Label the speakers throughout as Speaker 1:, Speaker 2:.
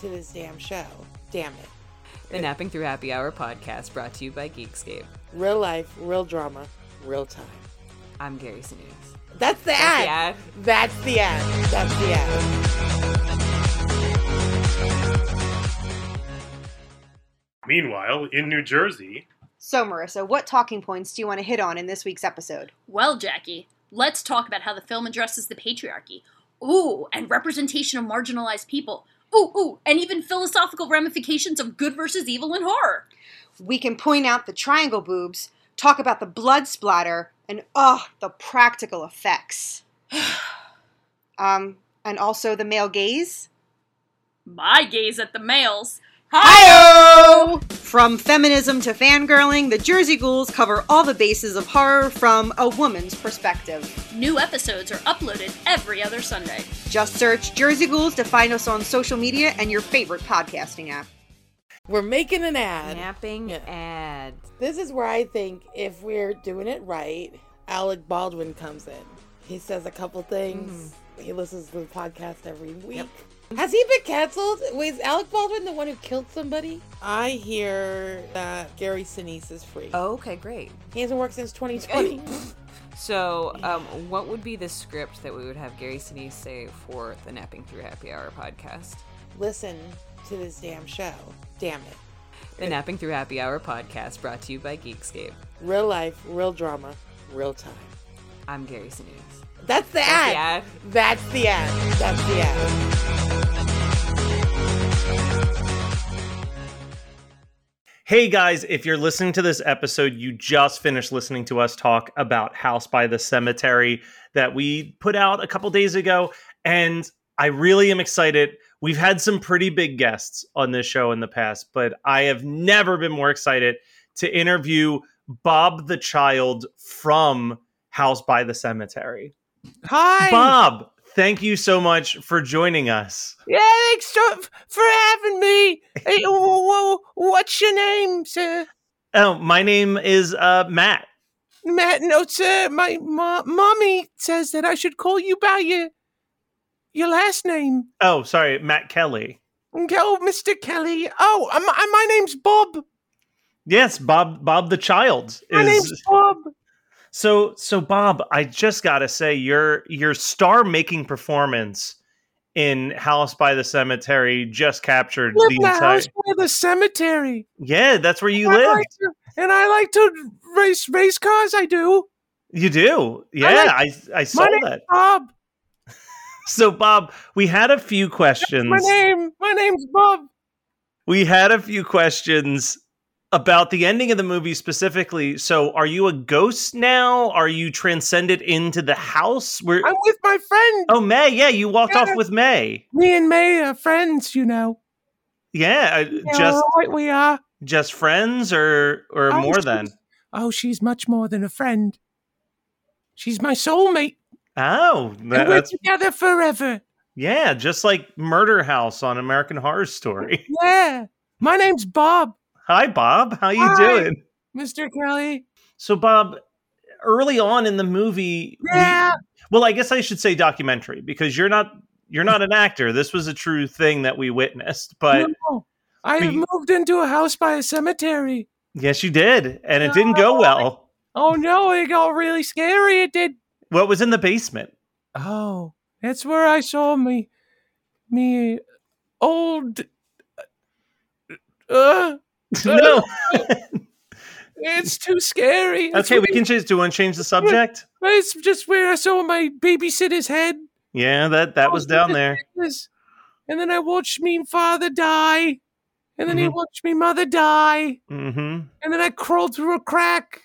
Speaker 1: to this damn show. Damn it.
Speaker 2: The Napping Through Happy Hour podcast brought to you by Geekscape.
Speaker 1: Real life, real drama, real time.
Speaker 2: I'm Gary Sinise.
Speaker 1: That's the
Speaker 2: That's the
Speaker 1: ad.
Speaker 2: ad?
Speaker 1: That's the ad. That's the ad.
Speaker 3: Meanwhile, in New Jersey,
Speaker 4: So, Marissa, what talking points do you want to hit on in this week's episode?
Speaker 5: Well, Jackie, let's talk about how the film addresses the patriarchy. Ooh, and representation of marginalized people. Ooh, ooh, and even philosophical ramifications of good versus evil in horror.
Speaker 4: We can point out the triangle boobs, talk about the blood splatter, and oh, the practical effects. um, and also the male gaze.
Speaker 5: My gaze at the males.
Speaker 4: hi From feminism to fangirling, the Jersey Ghouls cover all the bases of horror from a woman's perspective.
Speaker 5: New episodes are uploaded every other Sunday.
Speaker 4: Just search Jersey Ghouls to find us on social media and your favorite podcasting app.
Speaker 1: We're making an ad.
Speaker 2: Napping
Speaker 1: Yeah.
Speaker 2: ads.
Speaker 1: This is where I think if we're doing it right, Alec Baldwin comes in. He says a couple things. He listens to the podcast every week. Has he been canceled? Wait, is Alec Baldwin the one who killed somebody? I hear that Gary Sinise is free.
Speaker 2: Oh, okay, great.
Speaker 1: He hasn't worked since 2020.
Speaker 2: So, um, what would be the script that we would have Gary Sinise say for the Napping Through Happy Hour podcast?
Speaker 1: Listen to this damn show. Damn it.
Speaker 2: The Napping Through Happy Hour podcast brought to you by Geekscape.
Speaker 1: Real life, real drama, real time.
Speaker 2: I'm Gary Sinise.
Speaker 1: That's the
Speaker 2: That's the
Speaker 1: ad.
Speaker 2: ad?
Speaker 1: That's the ad. That's the ad.
Speaker 6: Hey guys, if you're listening to this episode, you just finished listening to us talk about House by the Cemetery that we put out a couple days ago. And I really am excited. We've had some pretty big guests on this show in the past, but I have never been more excited to interview Bob the Child from House by the Cemetery.
Speaker 7: Hi.
Speaker 6: Bob, thank you so much for joining us.
Speaker 7: Yeah, thanks so, f- for having me. Hey, whoa, whoa, what's your name, sir?
Speaker 6: Oh, my name is uh, Matt.
Speaker 7: Matt, no, sir. My mo- mommy says that I should call you by your your last name.
Speaker 6: Oh, sorry, Matt Kelly.
Speaker 7: Go, Mr. Kelly. Oh, uh, my, my name's Bob.
Speaker 6: Yes, Bob Bob the Child
Speaker 7: My name's
Speaker 6: is
Speaker 7: Bob.
Speaker 6: so so Bob, I just gotta say your your star making performance in House by the Cemetery just captured
Speaker 7: Live
Speaker 6: the
Speaker 7: in the
Speaker 6: entire
Speaker 7: house by the cemetery.
Speaker 6: Yeah, that's where you
Speaker 7: I
Speaker 6: live.
Speaker 7: like to- and I like to race race cars. I do.
Speaker 6: you do. Yeah, I, I saw
Speaker 7: My name's
Speaker 6: that.
Speaker 7: Bob.
Speaker 6: So Bob, we had a few questions.
Speaker 7: My name. My name's Bob.
Speaker 6: We had a few questions about the ending of the movie specifically. So are you a ghost now? Are you transcended into the house? Where
Speaker 7: I'm with my friend.
Speaker 6: Oh May, yeah, you walked
Speaker 7: Yeah.
Speaker 6: off with May.
Speaker 7: Me and May are friends, you know.
Speaker 6: Yeah, uh,
Speaker 7: Yeah,
Speaker 6: just
Speaker 7: all right, we are.
Speaker 6: just friends or or
Speaker 7: Oh,
Speaker 6: more
Speaker 7: she's-
Speaker 6: than.
Speaker 7: Oh, she's much more than a friend. She's my soulmate.
Speaker 6: Oh, that,
Speaker 7: and we're
Speaker 6: that's
Speaker 7: together forever.
Speaker 6: yeah, just like Murder House on American Horror Story.
Speaker 7: Yeah. My name's Bob,
Speaker 6: Hi Bob, how you
Speaker 7: Hi.
Speaker 6: doing?
Speaker 7: Mr. Kelly.
Speaker 6: So Bob, early on in the movie, we-
Speaker 7: Yeah.
Speaker 6: well, I guess I should say documentary because you're not you're not an actor. This was a true thing that we witnessed, but
Speaker 7: No. I have
Speaker 6: we-
Speaker 7: moved into a house by a cemetery.
Speaker 6: yes, you did, and it didn't go well.
Speaker 7: Oh no, it got really scary. It did.
Speaker 6: What was in the basement?
Speaker 7: Oh, that's where I saw me, me uh, old. Uh,
Speaker 6: No.
Speaker 7: it's too scary. It's
Speaker 6: Okay, we
Speaker 7: really-
Speaker 6: can change. Do you want to change the subject?
Speaker 7: It's just where I saw my babysitter's head.
Speaker 6: Yeah, that that
Speaker 7: Oh,
Speaker 6: was down there.
Speaker 7: Yes. And then I watched me father die. And then he
Speaker 6: Mhm.
Speaker 7: watched me mother die.
Speaker 6: hmm
Speaker 7: And then I crawled through a crack.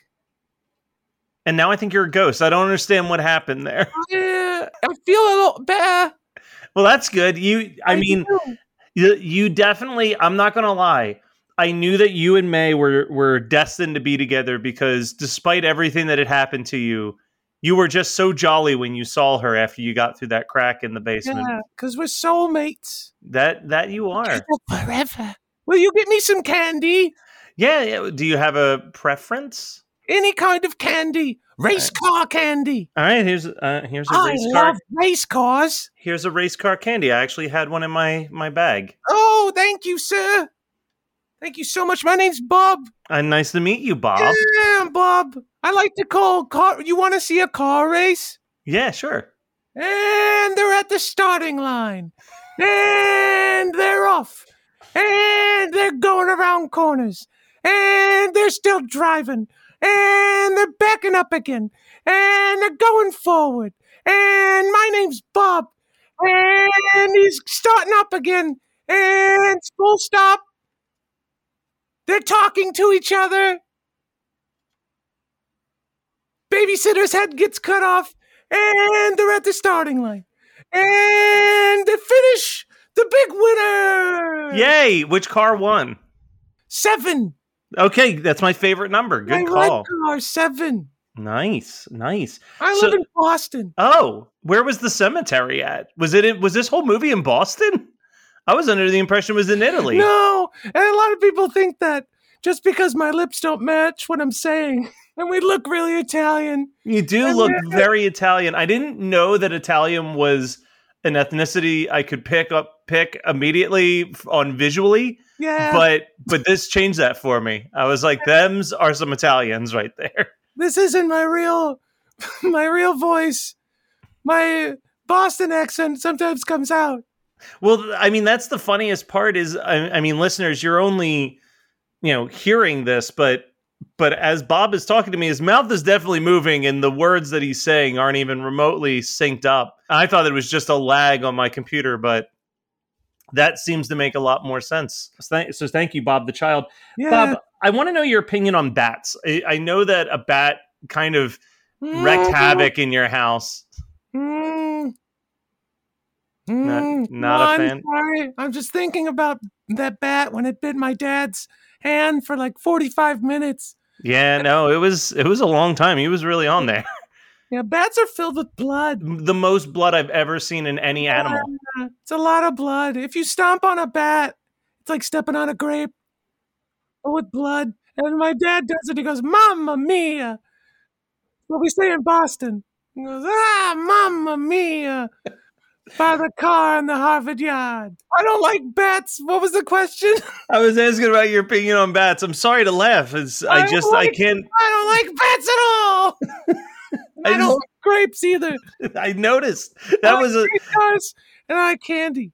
Speaker 6: And now I think you're a ghost. I don't understand what happened there.
Speaker 7: Yeah, I feel a lot better.
Speaker 6: Well, that's good. You, I mean,
Speaker 7: do.
Speaker 6: You, you definitely. I'm not gonna lie. I knew that you and May were were destined to be together because, despite everything that had happened to you, you were just so jolly when you saw her after you got through that crack in the basement.
Speaker 7: Yeah, because we're soulmates.
Speaker 6: That that you are.
Speaker 7: Forever. Will you get me some candy?
Speaker 6: Yeah, yeah. Do you have a preference?
Speaker 7: Any kind of candy. Race car candy.
Speaker 6: All right. Here's uh, here's a
Speaker 7: Oh, I
Speaker 6: race car.
Speaker 7: love race cars.
Speaker 6: Here's a race car candy. I actually had one in my my bag.
Speaker 7: Oh, thank you, sir. Thank you so much. My name's Bob.
Speaker 6: Uh, nice to meet you, Bob.
Speaker 7: Yeah, I'm Bob. I like to call car. You want to see a car race?
Speaker 6: Yeah, sure.
Speaker 7: And they're at the starting line. And they're off. And they're going around corners. And they're still driving. And they're backing up again. And they're going forward. And my name's Bob. And he's starting up again. And it's full stop. They're talking to each other. Babysitter's head gets cut off and they're at the starting line. And they finish the big winner.
Speaker 6: Yay! Which car won?
Speaker 7: Seven.
Speaker 6: Okay, that's my favorite number. Good
Speaker 7: My red
Speaker 6: call.
Speaker 7: car, seven.
Speaker 6: Nice, nice.
Speaker 7: I
Speaker 6: So-
Speaker 7: live in Boston.
Speaker 6: Oh, where was the cemetery at? Was it? in- Was this whole movie in Boston? I was under the impression it was in Italy.
Speaker 7: No, and a lot of people think that just because my lips don't match what I'm saying, and we look really Italian.
Speaker 6: You do
Speaker 7: I'm
Speaker 6: look
Speaker 7: really-
Speaker 6: very Italian. I didn't know that Italian was an ethnicity I could pick up pick immediately f- on visually,
Speaker 7: Yeah,
Speaker 6: but but this changed that for me. I was like, "Them's are some Italians right there."
Speaker 7: this isn't my real, my real voice. My Boston accent sometimes comes out.
Speaker 6: Well, th- I mean, that's the funniest part is, I, I mean, listeners, you're only, you know, hearing this, but but as Bob is talking to me, his mouth is definitely moving, and the words that he's saying aren't even remotely synced up. I thought it was just a lag on my computer, but that seems to make a lot more sense. So thank, so thank you, Bob the child.
Speaker 7: Yeah.
Speaker 6: Bob, I want to know your opinion on bats. I, I know that a bat kind of
Speaker 7: Mm-hmm.
Speaker 6: wrecked havoc in your house.
Speaker 7: Mm.
Speaker 6: Not-
Speaker 7: Mm.
Speaker 6: not a fan?
Speaker 7: I'm sorry. I'm just thinking about that bat when it bit my dad's hand for like 45 minutes.
Speaker 6: Yeah, no, it was it was a long time. He was really on there.
Speaker 7: Yeah, bats are filled with blood.
Speaker 6: the most blood I've ever seen in any animal.
Speaker 7: Yeah, It's a lot of blood. If you stomp on a bat, it's like stepping on a grape, but with blood. And my dad does it. He goes, "Mamma mia," what we say in Boston. He goes, "Ah, mamma mia," by the car in the Harvard yard. I don't like bats. What was the question?
Speaker 6: I was asking about your opinion on bats. I'm sorry to laugh. It's,
Speaker 7: I
Speaker 6: I
Speaker 7: don't
Speaker 6: just I
Speaker 7: like-
Speaker 6: can't.
Speaker 7: I don't like bats at all. And
Speaker 6: I
Speaker 7: I, don't
Speaker 6: just-
Speaker 7: like grapes either.
Speaker 6: I noticed that
Speaker 7: I
Speaker 6: was a.
Speaker 7: like cars and I like candy.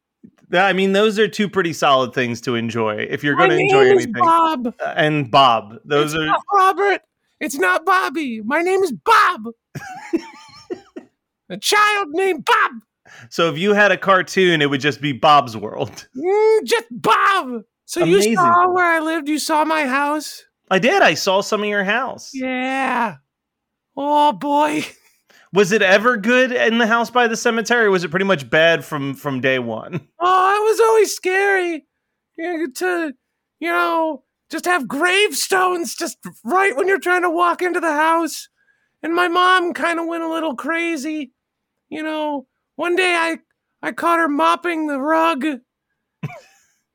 Speaker 6: I mean, those are two pretty solid things to enjoy if you're going
Speaker 7: my
Speaker 6: to
Speaker 7: name
Speaker 6: enjoy
Speaker 7: is
Speaker 6: anything. Uh,
Speaker 7: Bob.
Speaker 6: And Bob, those
Speaker 7: it's
Speaker 6: are.
Speaker 7: not Robert. It's not Bobby. My name is Bob. a child named Bob.
Speaker 6: So if you had a cartoon, it would just be Bob's World.
Speaker 7: Mm, just Bob. So
Speaker 6: Amazing.
Speaker 7: you saw where I lived. You saw my house.
Speaker 6: I did. I saw some of your house.
Speaker 7: Yeah. Oh boy.
Speaker 6: Was it ever good in the house by the cemetery? Was it pretty much bad from from day one?
Speaker 7: Oh, it was always scary. You know, To you know, just have gravestones just right when you're trying to walk into the house. And my mom kind of went a little crazy. You know, one day I I caught her mopping the rug.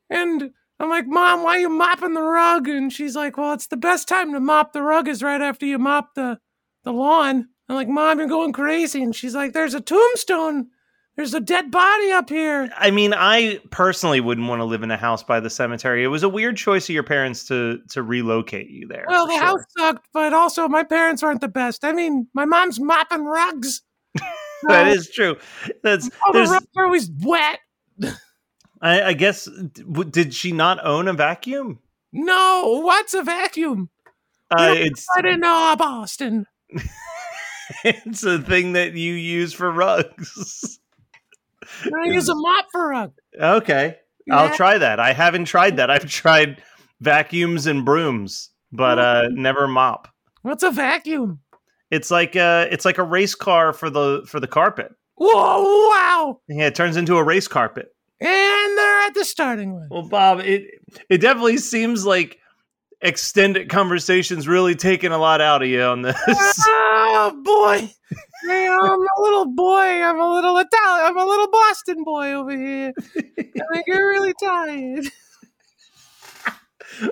Speaker 7: and I'm like, "Mom, why are you mopping the rug?" And she's like, "Well, it's the best time to mop the rug is right after you mop the the lawn." I'm like, "Mom, you're going crazy." And she's like, "There's a tombstone. There's a dead body up here."
Speaker 6: I mean, I personally wouldn't want to live in a house by the cemetery. It was a weird choice of your parents to to relocate you there.
Speaker 7: Well,
Speaker 6: for
Speaker 7: the
Speaker 6: sure.
Speaker 7: house sucked, but also my parents aren't the best. I mean, my mom's mopping rugs.
Speaker 6: that
Speaker 7: So,
Speaker 6: is true. That's
Speaker 7: all the
Speaker 6: there's.
Speaker 7: rugs are always wet.
Speaker 6: I, I guess w- did she not own a vacuum?
Speaker 7: No, what's a vacuum?
Speaker 6: Uh,
Speaker 7: Yeah,
Speaker 6: it's
Speaker 7: I didn't know Boston.
Speaker 6: it's a thing that you use for rugs.
Speaker 7: I use a mop for rug.
Speaker 6: Okay,
Speaker 7: Yeah.
Speaker 6: I'll try that. I haven't tried that. I've tried vacuums and brooms,
Speaker 7: Oh.
Speaker 6: but uh, never mop.
Speaker 7: What's a vacuum?
Speaker 6: It's like uh, it's like a race car for the for the carpet.
Speaker 7: Whoa, wow.
Speaker 6: Yeah, it turns into a race carpet.
Speaker 7: And they're we're at the starting line.
Speaker 6: Well, Bob, it it definitely seems like extended conversations really taking a lot out of you on this.
Speaker 7: Oh boy, Yeah, I'm a little boy. I'm a little Italian. I'm a little Boston boy over here. I get really tired.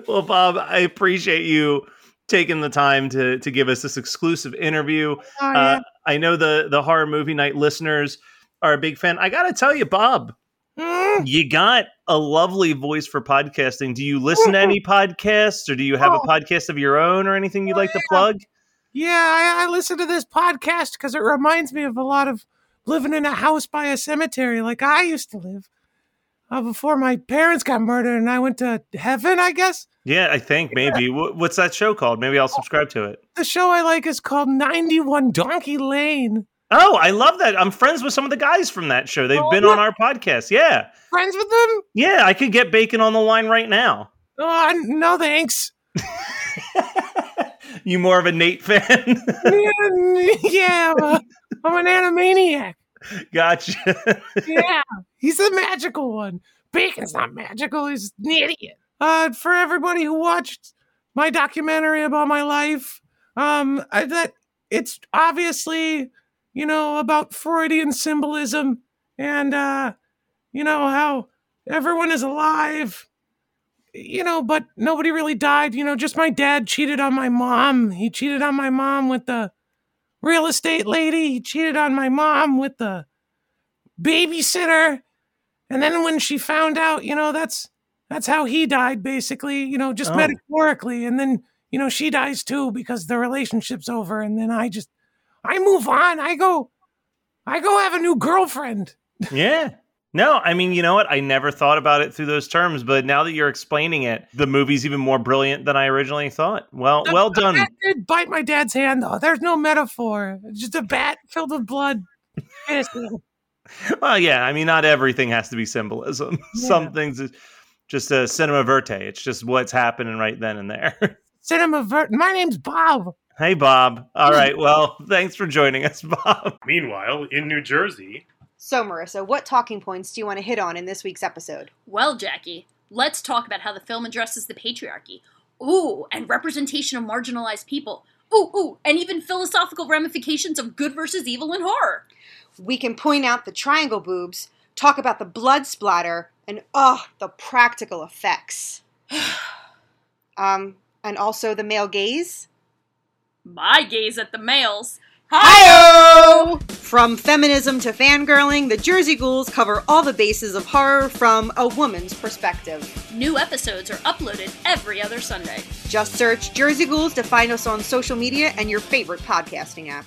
Speaker 6: well, Bob, I appreciate you taking the time to to give us this exclusive interview.
Speaker 7: Oh,
Speaker 6: Uh, I know the the horror movie night listeners are a big fan. I got to tell you, Bob,
Speaker 7: yeah. Mm.
Speaker 6: you got a lovely voice for podcasting. Do you listen to any podcasts, or do you have a
Speaker 7: Oh.
Speaker 6: podcast of your own, or anything you'd like to plug?
Speaker 7: Yeah, I, I listen to this podcast because it reminds me of a lot of living in a house by a cemetery like I used to live uh, before my parents got murdered and I went to heaven, I guess.
Speaker 6: Yeah, I think maybe. Wh- What's that show called? Maybe I'll subscribe to it.
Speaker 7: The show I like is called 91 Donkey Lane.
Speaker 6: Oh, I love that. I'm friends with some of the guys from that show. They've
Speaker 7: Oh,
Speaker 6: been on our podcast. Yeah.
Speaker 7: Friends with them?
Speaker 6: Yeah, I could get bacon on the line right now.
Speaker 7: Oh, I- no thanks.
Speaker 6: you more of a Nate fan?
Speaker 7: yeah, I'm, a, I'm an animaniac.
Speaker 6: gotcha.
Speaker 7: Yeah, he's the magical one. Bacon's not magical, he's an idiot. Uh, for everybody who watched my documentary about my life, um, I, that it's obviously, you know, about Freudian symbolism and, uh, you know, how everyone is alive, you know, but nobody really died. You know, just my dad cheated on my mom. He cheated on my mom with the real estate lady, he cheated on my mom with the babysitter. And then when she found out, you know, that's that's how he died, basically, you know, just
Speaker 6: Oh.
Speaker 7: metaphorically. And then, you know, she dies too because the relationship's over. And then I just I move on. I go I go have a new girlfriend.
Speaker 6: yeah. No, I mean, you know what? I never thought about it through those terms, but now that you're explaining it, the movie's even more brilliant than I originally thought. Well, well done.
Speaker 7: I did bite my dad's hand though. There's no metaphor. It's just a bat filled with blood. Innocent.
Speaker 6: Well, yeah, I mean, not everything has to be symbolism. Some things is just a cinema verte. It's just what's happening right then and there.
Speaker 7: Cinema vert my name's Bob.
Speaker 6: hey, Bob. All right. Well, thanks for joining us, Bob.
Speaker 3: Meanwhile, in New Jersey,
Speaker 4: So, Marissa, what talking points do you want to hit on in this week's episode?
Speaker 5: Well, Jackie, let's talk about how the film addresses the patriarchy. Ooh, and representation of marginalized people. Ooh, ooh, and even philosophical ramifications of good versus evil in horror.
Speaker 4: We can point out the triangle boobs, talk about the blood splatter, and oh, the practical effects. um, and also the male gaze.
Speaker 5: My gaze at the males.
Speaker 4: hi From feminism to fangirling, the Jersey Ghouls cover all the bases of horror from a woman's perspective.
Speaker 5: New episodes are uploaded every other Sunday.
Speaker 4: Just search Jersey Ghouls to find us on social media and your favorite podcasting app.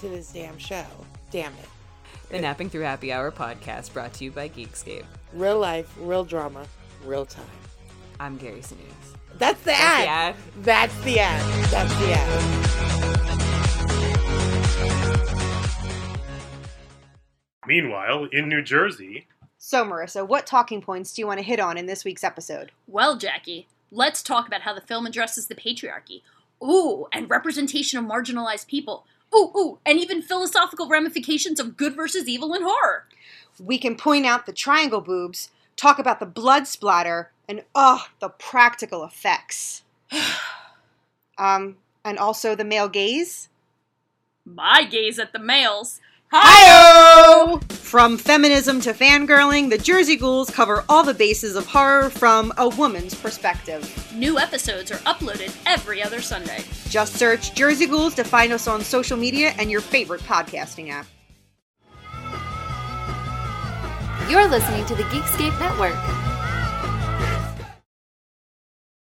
Speaker 1: to this damn show. Damn it.
Speaker 2: The Napping Through Happy Hour podcast brought to you by Geekscape.
Speaker 1: Real life, real drama, real time.
Speaker 2: I'm Gary Sinise.
Speaker 1: That's the
Speaker 2: the
Speaker 1: ad.
Speaker 2: ad.
Speaker 1: That's the ad. That's the ad.
Speaker 3: meanwhile, in New Jersey,
Speaker 4: So, Marissa, what talking points do you want to hit on in this week's episode?
Speaker 5: Well, Jackie, let's talk about how the film addresses the patriarchy. Ooh, and representation of marginalized people. Ooh, ooh, and even philosophical ramifications of good versus evil in horror.
Speaker 4: We can point out the triangle boobs, talk about the blood splatter, and oh, the practical effects. um, and also the male gaze.
Speaker 5: My gaze at the males.
Speaker 4: hi From feminism to fangirling, the Jersey Ghouls cover all the bases of horror from a woman's perspective.
Speaker 5: New episodes are uploaded every other Sunday.
Speaker 4: Just search Jersey Ghouls to find us on social media and your favorite podcasting app.
Speaker 8: You're listening to the Geekscape Network.